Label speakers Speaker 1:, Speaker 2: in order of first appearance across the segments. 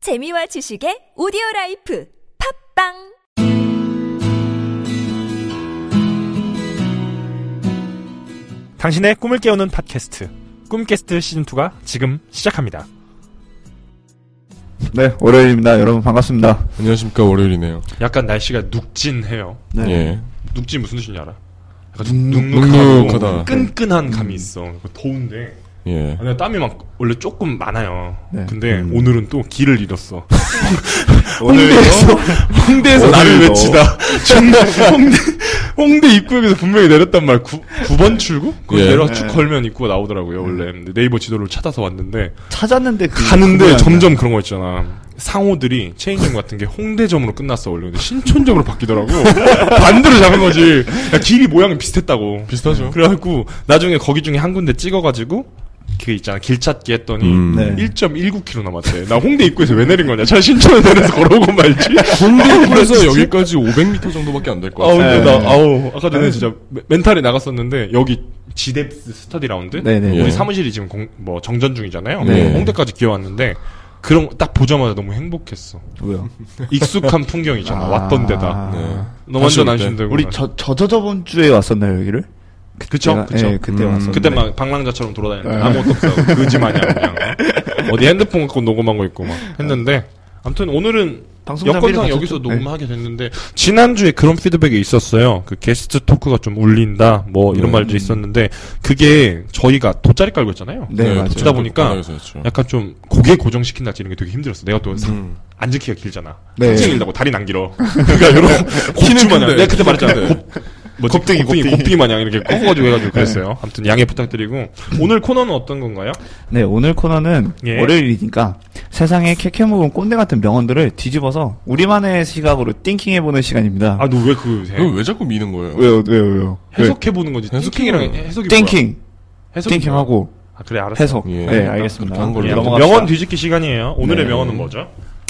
Speaker 1: 재미와 지식의 오디오 라이프 팝빵
Speaker 2: 당신의 꿈을 깨우는 팟캐스트 꿈캐스트 시즌 2가 지금 시작합니다.
Speaker 3: 네, 월요일입니다. 여러분 반갑습니다.
Speaker 4: 안녕하십니까 월요일이네요.
Speaker 2: 약간 날씨가 눅진해요.
Speaker 3: 네.
Speaker 4: 예.
Speaker 2: 눅진 무슨 뜻인지 알아? 약간 좀
Speaker 3: 눅-
Speaker 2: 눅눅하고 네. 음.
Speaker 4: 눅눅하다.
Speaker 2: 끈끈한 감이 있어. 더운데
Speaker 4: 예.
Speaker 2: 아, 내가 땀이 막 원래 조금 많아요.
Speaker 3: 네.
Speaker 2: 근데 오늘은 또 길을 잃었어.
Speaker 3: 오늘도
Speaker 2: 홍대에서 나를
Speaker 3: 오늘도.
Speaker 2: 외치다. 정말 홍대 홍대 입구역에서 분명히 내렸단 말. 9, 9번 출구? 거기
Speaker 4: 예.
Speaker 2: 내려 쭉
Speaker 3: 예.
Speaker 2: 걸면 입구가 나오더라고요. 원래 근데 네. 네이버 지도를 찾아서 왔는데
Speaker 3: 찾았는데 그
Speaker 2: 가는데
Speaker 3: 궁금해하네.
Speaker 2: 점점 그런 거 있잖아. 상호들이 체인점 같은 게 홍대점으로 끝났어 원래 근데 신촌점으로 바뀌더라고 반대로 잡은 거지 야, 길이 모양이 비슷했다고
Speaker 4: 비슷하죠.
Speaker 2: 그래갖고 나중에 거기 중에 한 군데 찍어가지고 그 있잖아 길 찾기 했더니
Speaker 4: 음.
Speaker 3: 네.
Speaker 2: 1.19km 남았대 나 홍대 입구에서 왜 내린 거냐 잘 신촌에 내려서 걸어오고 말지
Speaker 4: 홍대 입구에서 여기까지 500m 정도밖에 안 될 것
Speaker 2: 아우
Speaker 4: 같아요.
Speaker 2: 근데
Speaker 3: 네.
Speaker 2: 나 아우 아까 전에 진짜 멘- 멘탈이 나갔었는데 여기 지뎁스 스터디 라운드
Speaker 3: 네네.
Speaker 2: 우리
Speaker 4: 예.
Speaker 2: 사무실이 지금 공, 뭐 정전 중이잖아요.
Speaker 4: 네.
Speaker 2: 홍대까지 기어왔는데 그런 거딱 보자마자 너무 행복했어.
Speaker 3: 왜요?
Speaker 2: 익숙한 풍경이잖아.
Speaker 3: 아. 네.
Speaker 2: 왔던 데다.
Speaker 4: 네.
Speaker 2: 너 완전
Speaker 4: 다시 올 때.
Speaker 2: 안심되고.
Speaker 3: 우리 저 저저저번 주에 왔었나요 여기를?
Speaker 2: 그쵸
Speaker 3: 내가-
Speaker 2: 그쵸.
Speaker 3: 예, 그때
Speaker 4: 음,
Speaker 3: 왔었는데.
Speaker 2: 그때 막 방랑자처럼 돌아다니는데
Speaker 3: 네.
Speaker 2: 아무것도 없어. 그지 마냥 그냥 어디 핸드폰 갖고 녹음한 거
Speaker 4: 네.
Speaker 2: 있고 막 했는데. 아무튼 오늘은
Speaker 3: 방송
Speaker 2: 여건상
Speaker 3: 장비를
Speaker 2: 여기서
Speaker 3: 갖췄죠?
Speaker 4: 네.
Speaker 2: 녹음하게 됐는데 지난주에 그런 피드백이 있었어요. 그 게스트 토크가 좀 울린다 뭐 이런
Speaker 4: 네.
Speaker 2: 말도 있었는데 그게 저희가 돗자리 깔고 있잖아요.
Speaker 3: 네, 맞아요.
Speaker 4: 도착
Speaker 2: 그러다 보니까
Speaker 4: 바닥에서 했죠.
Speaker 2: 약간 좀 고개 고정시킨다 이런 게 되게 힘들었어. 내가 또 상,
Speaker 4: 음.
Speaker 2: 앉은 키가 길잖아.
Speaker 3: 네.
Speaker 2: 네. 길다고 다리는 안 길어. 그러니까 이런 곱주 마냥.
Speaker 4: 큰데.
Speaker 2: 내가 그때 말했잖아.
Speaker 4: 네.
Speaker 2: 곱, 뭐지? 곱등이, 곱등이, 곱등이, 마냥 이렇게 꺾어가지고 해가지고 그랬어요. 아무튼 양해 부탁드리고 오늘 코너는 어떤 건가요?
Speaker 3: 네 오늘 코너는
Speaker 2: 예.
Speaker 3: 월요일이니까 세상의 캐캐묵은 꼰대 같은 명언들을 뒤집어서 우리만의 시각으로 띵킹해보는 시간입니다.
Speaker 2: 아 너 왜 그
Speaker 4: 이거 왜 자꾸 미는 거예요?
Speaker 3: 왜요 왜요 왜요?
Speaker 2: 해석해 보는 거지.
Speaker 4: 해석해보는
Speaker 2: 띵킹이랑
Speaker 4: 거야.
Speaker 2: 해석이 뭐야?
Speaker 3: 띵킹
Speaker 2: 해석이 뭐야?
Speaker 3: 띵킹하고
Speaker 2: 아, 그래 알았어.
Speaker 3: 해석.
Speaker 4: 예.
Speaker 3: 네 알겠습니다.
Speaker 4: 그렇게 한 걸로
Speaker 2: 예,
Speaker 3: 네,
Speaker 2: 아무튼
Speaker 3: 넘어갑시다.
Speaker 2: 명언 뒤집기 시간이에요. 오늘의
Speaker 4: 네.
Speaker 2: 명언은 뭐죠?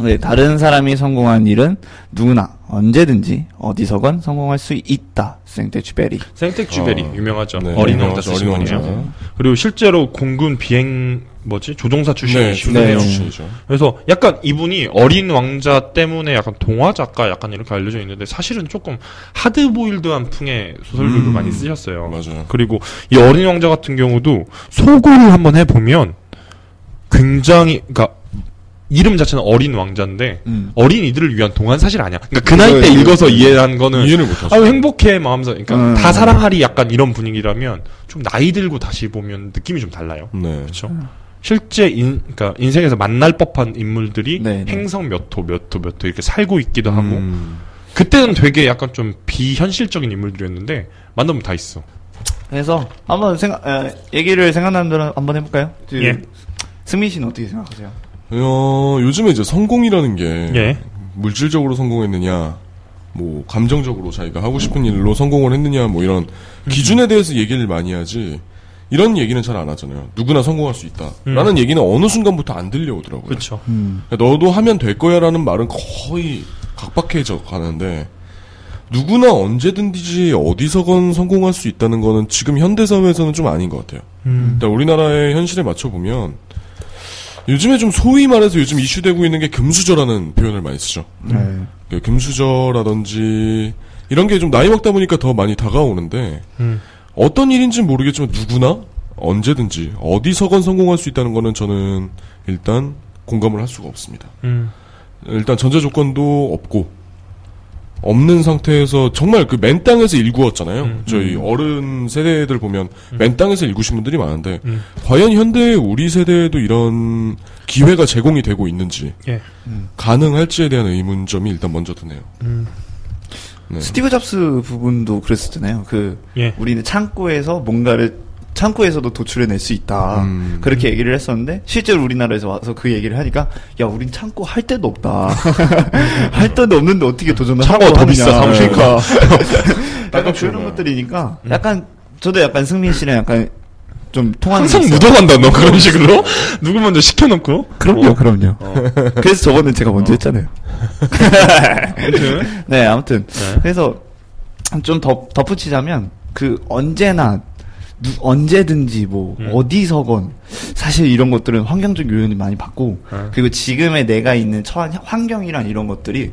Speaker 3: 네, 다른 사람이 성공한 일은 누구나 언제든지 어디서건 성공할 수 있다. 생테쥐베리.
Speaker 2: 생텍 주베리
Speaker 4: 아.
Speaker 2: 유명하죠.
Speaker 4: 네,
Speaker 2: 어린
Speaker 4: 유명하죠.
Speaker 2: 왕자 쓰신
Speaker 4: 어린
Speaker 2: 분이에요.
Speaker 4: 왕자.
Speaker 2: 그리고 실제로 공군 비행 뭐지 조종사
Speaker 4: 네,
Speaker 2: 출신이시네요.
Speaker 3: 네.
Speaker 4: 출신이죠.
Speaker 2: 그래서 약간 이분이 어린 왕자 때문에 약간 동화 작가 약간 이렇게 알려져 있는데 사실은 조금 하드보일드한 풍의 소설들도
Speaker 4: 음.
Speaker 2: 많이 쓰셨어요.
Speaker 4: 맞아요.
Speaker 2: 그리고 이 어린 왕자 같은 경우도 소고를 한번 해보면 굉장히 그러니까 이름 자체는 어린 왕자인데
Speaker 3: 음.
Speaker 2: 어린 이들을 위한 동화는 사실 아니야. 그러니까 그
Speaker 3: 그거예요,
Speaker 2: 나이 때
Speaker 3: 그거예요.
Speaker 2: 읽어서 이해한 거는
Speaker 4: 이해를 못하죠.
Speaker 2: 아유 행복해 마음서 그러니까
Speaker 3: 음.
Speaker 2: 다 사랑하리 약간 이런 분위기라면 좀 나이 들고 다시 보면 느낌이 좀 달라요.
Speaker 4: 네.
Speaker 2: 그렇죠. 실제 인, 그러니까 인생에서 만날 법한 인물들이
Speaker 3: 네, 네.
Speaker 2: 행성 몇 호, 몇 호, 몇 호 이렇게 살고 있기도 하고
Speaker 4: 음.
Speaker 2: 그때는 되게 약간 좀 비현실적인 인물들이었는데 만나면 다 있어.
Speaker 3: 그래서 한번 생각 에, 얘기를 생각나는 대로 한번 해볼까요? 그,
Speaker 2: 예.
Speaker 3: 승민 씨는 어떻게 생각하세요?
Speaker 4: 어, 요즘에 이제 성공이라는 게
Speaker 2: 예.
Speaker 4: 물질적으로 성공했느냐, 뭐 감정적으로 자기가 하고 싶은 일로 성공을 했느냐, 뭐 이런 기준에 대해서 얘기를 많이 하지. 이런 얘기는 잘 안 하잖아요. 누구나 성공할 수 있다라는 얘기는 어느 순간부터 안 들려오더라고요.
Speaker 2: 그렇죠.
Speaker 4: 그러니까 너도 하면 될 거야라는 말은 거의 각박해져 가는데 누구나 언제든지 어디서건 성공할 수 있다는 거는 지금 현대 사회에서는 좀 아닌 것 같아요.
Speaker 2: 음.
Speaker 4: 일단 우리나라의 현실에 맞춰 보면 요즘에 좀 소위 말해서 요즘 이슈되고 있는 게 금수저라는 표현을 많이 쓰죠.
Speaker 3: 네.
Speaker 4: 그 금수저라든지 이런 게 좀 나이 먹다 보니까 더 많이 다가오는데
Speaker 2: 음.
Speaker 4: 어떤 일인지는 모르겠지만 누구나 언제든지 어디서건 성공할 수 있다는 거는 저는 일단 공감을 할 수가 없습니다.
Speaker 2: 음.
Speaker 4: 일단 전제 조건도 없고 없는 상태에서 정말 그 맨땅에서 일구었잖아요.
Speaker 2: 음.
Speaker 4: 저희 어른 세대들 보면 맨땅에서 일구신 분들이 많은데
Speaker 2: 음.
Speaker 4: 과연 현대 우리 세대에도 이런 기회가 제공이 되고 있는지
Speaker 2: 예.
Speaker 4: 가능할지에 대한 의문점이 일단 먼저 드네요.
Speaker 2: 음.
Speaker 4: 네.
Speaker 3: 스티브 잡스 부분도 그랬었잖아요. 그
Speaker 2: 예.
Speaker 3: 우리는 창고에서 뭔가를 창고에서도 도출해낼 수 있다.
Speaker 4: 음.
Speaker 3: 그렇게 얘기를 했었는데 실제로 우리나라에서 와서 그 얘기를 하니까 야 우린 창고 할 데도 없다. 할 데도 없는데 어떻게 도전을
Speaker 2: 창고가
Speaker 3: 하고
Speaker 2: 더
Speaker 3: 하느냐.
Speaker 2: 비싸, 사무실.
Speaker 3: 그러니까 약간 그런 것들이니까 약간 저도 약간 승민 씨랑 약간 좀 통하는 게
Speaker 2: 항상
Speaker 3: 있어요.
Speaker 2: 묻어간다 너 그런 식으로 누구 먼저 시켜놓고
Speaker 3: 그럼요, 그럼요.
Speaker 2: 어.
Speaker 3: 그래서 저번에 제가 먼저 했잖아요.
Speaker 2: 아무튼
Speaker 3: 네, 아무튼
Speaker 2: 네.
Speaker 3: 그래서 좀 덧, 덧붙이자면 그 언제나 누- 언제든지 뭐
Speaker 2: 음.
Speaker 3: 어디서건 사실 이런 것들은 환경적 요인이 많이 받고
Speaker 2: 네.
Speaker 3: 그리고 지금의 내가 있는 처한 환경이란 이런 것들이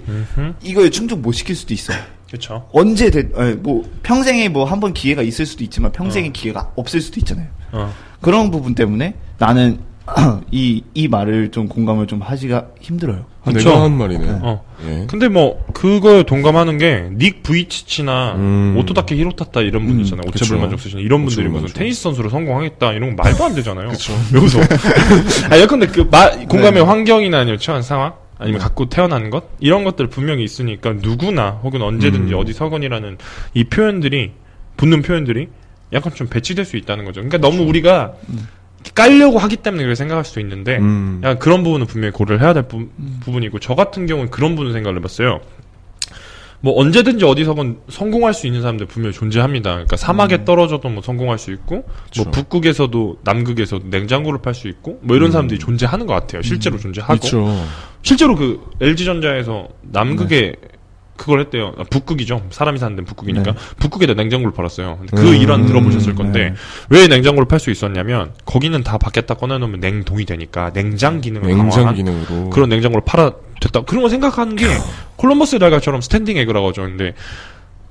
Speaker 3: 이거에 충족 못 시킬 수도 있어.
Speaker 2: 그렇죠.
Speaker 3: 언제 되, 예, 뭐 평생에 뭐 한 번 기회가 있을 수도 있지만 평생에 기회가 없을 수도 있잖아요.
Speaker 2: 어.
Speaker 3: 그런 부분 때문에 나는 이 이 말을 좀 공감을 좀 하기가 힘들어요.
Speaker 4: 아,
Speaker 2: 그쵸.
Speaker 4: 내가 한 말이네.
Speaker 2: 어.
Speaker 4: 예.
Speaker 2: 근데 뭐 그거에 동감하는 게 닉 부이치치나
Speaker 4: 음.
Speaker 2: 오토다케 히로타타 이런 분
Speaker 4: 음,
Speaker 2: 있잖아요.
Speaker 4: 그쵸.
Speaker 2: 오체불 만족 쓰시는 이런 분들이
Speaker 4: 오체불
Speaker 2: 무슨
Speaker 4: 만족.
Speaker 2: 테니스 선수로 성공하겠다 이런 거 말도 안 되잖아요.
Speaker 4: 그쵸. 네.
Speaker 2: 왜 웃어? 아 예컨대 그 마, 공감의 환경이나 아니면 처한 상황 아니면 갖고 태어난 것 이런 것들 분명히 있으니까 누구나 혹은 언제든지
Speaker 4: 음.
Speaker 2: 어디서건이라는 이 표현들이 붙는 표현들이 약간 좀 배치될 수 있다는 거죠. 그러니까 너무 우리가 깔려고 하기 때문에 그렇게 생각할 수도 있는데
Speaker 4: 음.
Speaker 2: 약간 그런 부분은 분명히 고려를 해야 될 부, 분이고저 같은 경우는 그런 부분 생각을 해봤어요. 뭐 언제든지 어디서건 성공할 수 있는 사람들 분명히 존재합니다. 그러니까 사막에 떨어져도 뭐 성공할 수 있고
Speaker 4: 음. 그쵸.
Speaker 2: 뭐 북극에서도 남극에서도 냉장고를 팔 수 있고 뭐
Speaker 4: 음.
Speaker 2: 이런 사람들이 존재하는 것 같아요. 실제로 존재하고
Speaker 4: 있죠.
Speaker 2: 실제로 그 LG 전자에서 남극에
Speaker 4: 네.
Speaker 2: 그걸 했대요. 아, 북극이죠. 사람이 사는 데는 북극이니까 북극에다 냉장고를 팔았어요. 근데 그
Speaker 4: 음,
Speaker 2: 일환 들어보셨을
Speaker 3: 네.
Speaker 2: 건데 왜 냉장고를 팔 수 있었냐면 거기는 다 밖에다 꺼내놓으면 냉동이 되니까 냉장 기능을
Speaker 4: 네. 냉장
Speaker 2: 강화한
Speaker 4: 기능으로.
Speaker 2: 그런 냉장고를 팔아 됐다. 그런 거 생각하는 게 콜럼버스 달가처럼 스탠딩 에그라고 하죠. 근데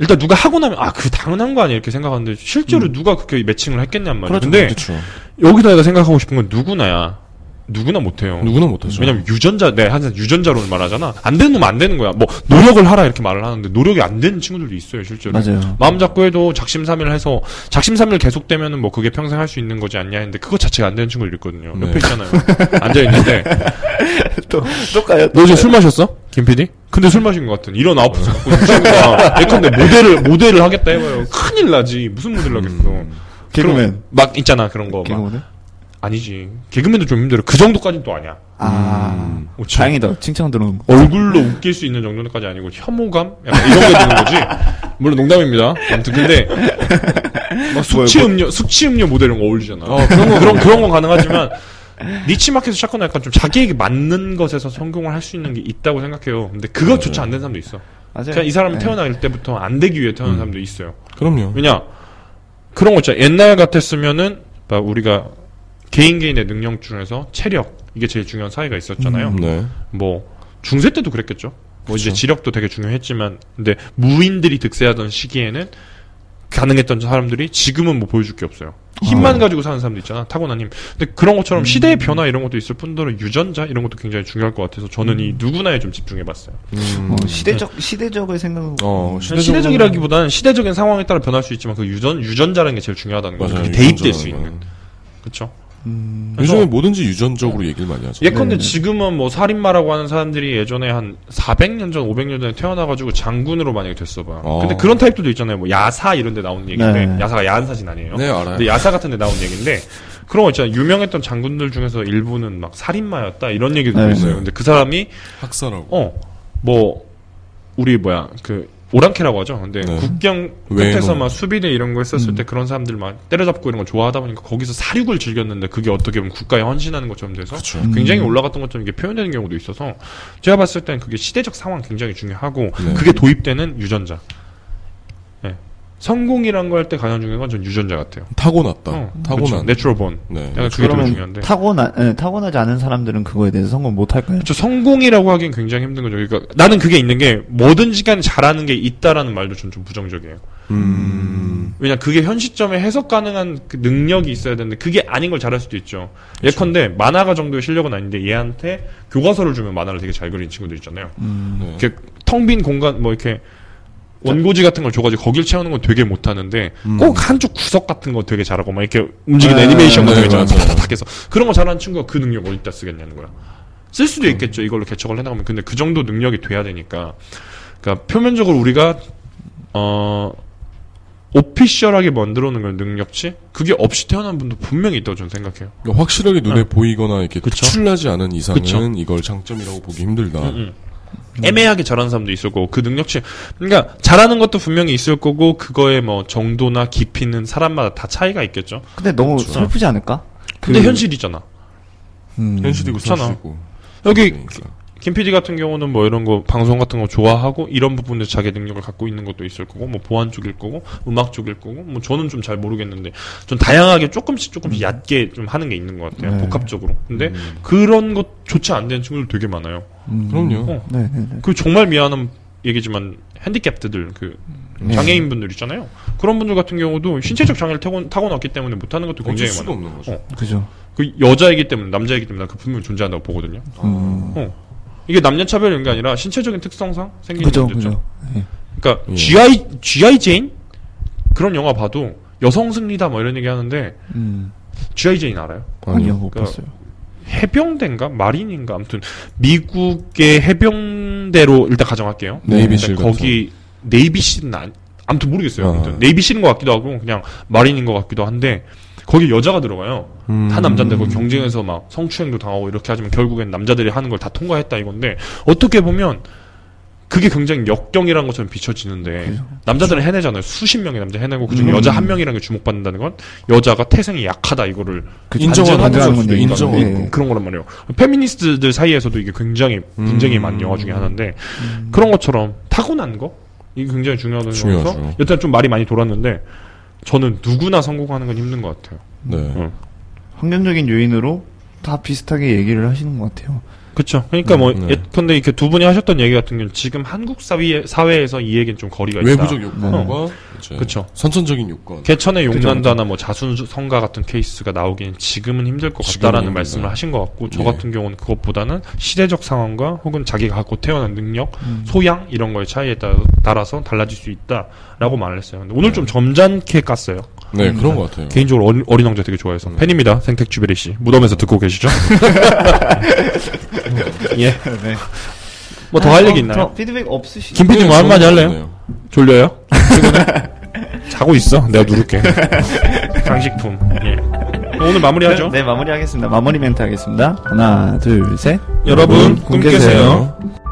Speaker 2: 일단 누가 하고 나면 아 그 당연한 거 아니야 이렇게 생각하는데 실제로 누가 그렇게 매칭을 했겠냔 말이에요.
Speaker 4: 음. 그렇죠.
Speaker 2: 근데
Speaker 4: 그렇죠.
Speaker 2: 여기다 내가 생각하고 싶은 건 누구나야. 누구나 못해요.
Speaker 4: 누구나 못하죠.
Speaker 2: 왜냐면 유전자, 내가 항상 유전자로는 말하잖아. 안 되는 놈안 되는 거야. 뭐, 노력을 하라 이렇게 말을 하는데, 노력이 안 되는 친구들도 있어요, 실제로.
Speaker 3: 맞아요.
Speaker 2: 마음 잡고 해도 작심삼일 해서, 작심삼일 계속되면은 뭐, 그게 평생 할 수 있는 거지 않냐 했는데, 그거 자체가 안 되는 친구들 있거든요.
Speaker 4: 네.
Speaker 2: 옆에 있잖아요. 앉아있는데,
Speaker 3: 또 똑같아요.
Speaker 2: 너 어제 술 마셨어? 김 PD? 근데 술 마신 것 같은 이런 아웃풋 갖고 있는 친구가 예컨대 모델을 모델을 하겠다 해봐요 큰일 나지 무슨 모델을 하겠어
Speaker 3: 개그맨.
Speaker 2: 그럼 막 있잖아 그런 거막
Speaker 3: 개그맨?
Speaker 2: 아니지 개그맨도 좀 힘들어 그 정도까지는 또 아니야
Speaker 3: 아
Speaker 2: 뭐 진-
Speaker 3: 다행이다. 칭찬 들어오는 거.
Speaker 2: 얼굴로 웃길 수 있는 정도까지 아니고 혐오감 약간 이런 게 드는 거지. 물론 농담입니다. 아무튼 근데 막 숙취 음료 숙취 음료 모델 이런 거 어울리잖아. 그런 거 그런 그런 건 가능하지만 니치 마켓에서 찾거나 약간 좀 자기에게 맞는 것에서 성공을 할 수 있는 게 있다고 생각해요. 근데 그것조차 안 된 사람도 있어.
Speaker 3: 맞아요.
Speaker 2: 그냥 그러니까 이 사람은
Speaker 3: 네.
Speaker 2: 태어날 때부터 안 되기 위해 태어난 사람도 있어요.
Speaker 4: 그럼요.
Speaker 2: 왜냐 그런 거 있잖아 옛날 같았으면은 막 우리가 개인 개인의 능력 중에서 체력 이게 제일 중요한 사이가 있었잖아요.
Speaker 4: 네.
Speaker 2: 뭐 중세 때도 그랬겠죠. 뭐 이제
Speaker 4: 그쵸.
Speaker 2: 지력도 되게 중요했지만 근데 무인들이 득세하던 시기에는 가능했던 사람들이 지금은 뭐 보여줄 게 없어요. 힘만 가지고 사는 사람도 있잖아 음. 타고난 힘. 근데 그런 것처럼 시대의 변화 이런 것도 있을 뿐더러 유전자 이런 것도 굉장히 중요할 것 같아서 저는 이 누구나에 좀 집중해봤어요.
Speaker 4: 음.
Speaker 3: 어, 시대적 시대적을 생각하고
Speaker 4: 어,
Speaker 2: 시대적이라기보다는 시대적인 상황에 따라 변할 수 있지만 그 유전 유전자라는 게 제일 중요하다는 거죠.
Speaker 4: 맞아요.
Speaker 2: 그게 대입될 수
Speaker 4: 유전자라는
Speaker 2: 있는.
Speaker 4: 건.
Speaker 2: 그렇죠.
Speaker 4: 요즘에 뭐든지 유전적으로 얘기를 많이 하죠.
Speaker 2: 네. 예컨대 지금은 뭐 살인마라고 하는 사람들이 예전에 한 400년 전, 500년 전에 태어나가지고 장군으로 만약에 됐어 봐.
Speaker 4: 어.
Speaker 2: 근데 그런 타입들도 있잖아요. 뭐 야사 이런 데 나온 얘기인데
Speaker 3: 네.
Speaker 2: 야사가 야한 사진 아니에요.
Speaker 4: 네, 알아요.
Speaker 2: 근데 야사 같은 데 나온 얘기인데 그런 거 있잖아요. 유명했던 장군들 중에서 일부는 막 살인마였다 이런 얘기도
Speaker 3: 네.
Speaker 2: 있어요. 근데 그 사람이
Speaker 4: 학살하고.
Speaker 2: 어 뭐 우리 뭐야 그 오랑캐라고 하죠. 근데
Speaker 4: 네. 음.
Speaker 2: 국경
Speaker 4: 외노.
Speaker 2: 끝에서 막 수비대 이런 거 했었을 때 그런 사람들 막 때려잡고 이런 거 좋아하다 보니까 거기서 사륙을 즐겼는데 그게 어떻게 보면 국가에 헌신하는 것처럼 돼서
Speaker 4: 그쵸.
Speaker 2: 굉장히
Speaker 3: 음.
Speaker 2: 올라갔던 것처럼 이게 표현되는 경우도 있어서 제가 봤을 땐 그게 시대적 상황 굉장히 중요하고
Speaker 4: 네.
Speaker 2: 그게 도입되는 유전자. 예. 성공이란 거 할 때 가장 중요한 건 전 유전자 같아요.
Speaker 4: 타고났다.
Speaker 2: 어,
Speaker 4: 타고난.
Speaker 2: 내추럴 본.
Speaker 4: 네.
Speaker 2: 약간 그게 더
Speaker 3: 그러면
Speaker 2: 중요한데.
Speaker 3: 타고나 예, 타고나지 않은 사람들은 그거에 대해서 성공 못 할까요?
Speaker 2: 저 그렇죠. 성공이라고 하긴 굉장히 힘든 거죠. 그러니까 나는 그게 있는 게 뭐든지 간에 잘하는 게 있다라는 말도 전 좀 부정적이에요.
Speaker 4: 음.
Speaker 2: 왜냐 그게 현 시점에 해석 가능한 그 능력이 있어야 되는데 그게 아닌 걸 잘할 수도 있죠. 예컨대 만화가 정도의 실력은 아닌데 얘한테 교과서를 주면 만화를 되게 잘 그리는 친구들 있잖아요.
Speaker 4: 네.
Speaker 2: 이렇게 텅 빈 공간 뭐 이렇게 원고지 같은 걸 줘가지고 거길 채우는 건 되게 못하는데 꼭 한쪽 구석 같은 거 되게 잘하고 막 이렇게 움직이는
Speaker 3: 아,
Speaker 2: 애니메이션 같은
Speaker 4: 음. 네,
Speaker 2: 거 있잖아
Speaker 4: 맞아요.
Speaker 2: 탁탁탁 해서 그런 거 잘하는 친구가 그 능력 어디다 쓰겠냐는 거야 쓸
Speaker 4: 음.
Speaker 2: 수도 있겠죠 이걸로 개척을 해나가면 근데 그 정도 능력이 돼야 되니까 그러니까 표면적으로 우리가 어 오피셜하게 만들어놓은 건 능력치 그게 없이 태어난 분도 분명히 있다고 저는 생각해요
Speaker 4: 그러니까 확실하게 눈에 보이거나
Speaker 2: 네.
Speaker 4: 이렇게
Speaker 2: 그쵸.
Speaker 4: 특출나지 않은 이상은
Speaker 2: 그쵸. 음,
Speaker 4: 이걸 장점이라고 보기 힘들다.
Speaker 2: 애매하게 잘하는 사람도 있을 거고 그 능력치 그러니까 잘하는 것도 분명히 있을 거고 그거의 뭐 정도나 깊이는 사람마다 다 차이가 있겠죠.
Speaker 3: 근데 너무
Speaker 2: 그렇죠.
Speaker 3: 슬프지 않을까?
Speaker 2: 근데
Speaker 3: 그-
Speaker 2: 현실이잖아.
Speaker 3: 음.
Speaker 4: 현실이고
Speaker 2: 그렇잖아.
Speaker 4: 사실이고.
Speaker 2: 여기
Speaker 4: 그러니까.
Speaker 2: 김 PD 같은 경우는 뭐 이런 거 방송 같은 거 좋아하고 이런 부분에 자기 능력을 갖고 있는 것도 있을 거고 뭐 보안 쪽일 거고 음악 쪽일 거고 뭐 저는 좀 잘 모르겠는데 좀 다양하게 조금씩 조금씩 얕게 좀 하는 게 있는 것 같아요
Speaker 3: 음. 네.
Speaker 2: 복합적으로 근데 그런 것조차 안 되는 친구들 되게 많아요
Speaker 3: 음.
Speaker 4: 그럼요.
Speaker 2: 어.
Speaker 3: 네, 네, 네.
Speaker 2: 그 정말 미안한 얘기지만 핸디캡트들 그
Speaker 3: 예. 네.
Speaker 2: 장애인 분들 있잖아요 그런 분들 같은 경우도 신체적 장애를 타고, 타고났기 때문에 못하는 것도
Speaker 4: 어쩔
Speaker 2: 굉장히
Speaker 4: 수가
Speaker 2: 많아요
Speaker 4: 없는 거죠.
Speaker 2: 어.
Speaker 3: 네. 그죠.
Speaker 2: 그 여자이기 때문에 남자이기 때문에 난그 분명히 존재한다고 보거든요
Speaker 3: 음.
Speaker 2: 이게 남녀 차별 이런 게 아니라 신체적인 특성상 생기는
Speaker 3: 그죠,
Speaker 2: 문제죠.
Speaker 3: 그죠. 예.
Speaker 2: 그러니까
Speaker 4: 예.
Speaker 2: GI GI 제인 그런 영화 봐도 여성 승리다 뭐 이런 얘기 하는데
Speaker 3: 음.
Speaker 2: GI 제인 알아요?
Speaker 3: 아니요, 못
Speaker 2: 그러니까
Speaker 3: 봤어요.
Speaker 2: 해병대인가 마린인가 아무튼 미국의 해병대로 일단 가정할게요.
Speaker 4: 네. 네이비실
Speaker 2: 일단 거기 네이비실은 안, 아무튼 모르겠어요. 아무튼
Speaker 4: 아.
Speaker 2: 네이비실인 것 같기도 하고 그냥 마린인 것 같기도 한데 거기 여자가 들어가요.
Speaker 4: 음.
Speaker 2: 다 남잔데 그 경쟁에서 막 성추행도 당하고 이렇게 하지만 결국엔 남자들이 하는 걸 다 통과했다 이건데 어떻게 보면 그게 굉장히 역경이라는 것처럼 비춰지는데
Speaker 4: 음.
Speaker 2: 남자들은 해내잖아요 수십 명의 남자 해내고 그중에
Speaker 3: 음.
Speaker 2: 여자 한 명이라는 게 주목받는다는 건 여자가 태생이 약하다 이거를
Speaker 3: 그죠.
Speaker 4: 인정하는
Speaker 3: 반전하는
Speaker 4: 수도
Speaker 3: 건
Speaker 4: 있고,
Speaker 3: 얘기죠.
Speaker 4: 인정하는
Speaker 3: 예.
Speaker 2: 그런 거란 말이에요 페미니스트들 사이에서도 이게 굉장히 분쟁이
Speaker 4: 음.
Speaker 2: 많은 영화 중에 하나인데 그런 것처럼 타고난 거 이게 굉장히 중요하다는
Speaker 4: 중요하죠.
Speaker 2: 거라서 여튼 좀 말이 많이 돌았는데 저는 누구나 성공하는 건 힘든 것 같아요
Speaker 4: 네.
Speaker 2: 어,
Speaker 3: 환경적인 요인으로 다 비슷하게 얘기를 하시는 것 같아요.
Speaker 2: 그렇죠. 그러니까 뭐
Speaker 4: 네.
Speaker 2: 예컨대 이렇게 두 분이 하셨던 얘기 같은 경우는 지금 한국 사회 사회에서 이 얘기는 좀 거리가 있다. 어.
Speaker 4: 외부적 요건과 이제
Speaker 2: 그쵸.
Speaker 4: 선천적인 요건.
Speaker 2: 개천의
Speaker 3: 그죠,
Speaker 2: 용난다나 뭐 자순성가 같은 케이스가 나오기엔 지금은 힘들 것
Speaker 4: 지금은
Speaker 2: 같다라는
Speaker 4: 힘들다.
Speaker 2: 말씀을 하신 것 같고 저
Speaker 4: 예.
Speaker 2: 같은 경우는 그것보다는 시대적 상황과 혹은 자기가 갖고 태어난 능력, 소양 이런 거의 차이에 따- 따라서 달라질 수 있다라고 말을 했어요. 근데 오늘 좀 점잖게 깠어요.
Speaker 4: 네, 그런 것 같아요.
Speaker 2: 개인적으로 어린, 어린 왕자 되게 좋아해서 팬입니다. 생택주베리 씨 무덤에서 듣고 계시죠? 예.
Speaker 3: 네.
Speaker 2: 뭐 더 할
Speaker 3: 아,
Speaker 2: 얘기
Speaker 3: 저-
Speaker 2: 있나요?
Speaker 3: 저 피드백 없으시?
Speaker 2: 김 PD 뭐
Speaker 4: 저는
Speaker 2: 한마디 할래요?
Speaker 4: 좋네요.
Speaker 2: 졸려요? 자고 있어. 내가 누를게. 장식품. 예. 오늘 마무리하죠.
Speaker 3: 네, 마무리하겠습니다. 마무리 멘트 하겠습니다. 하나, 둘, 셋.
Speaker 2: 여러분, 꿈 깨세요.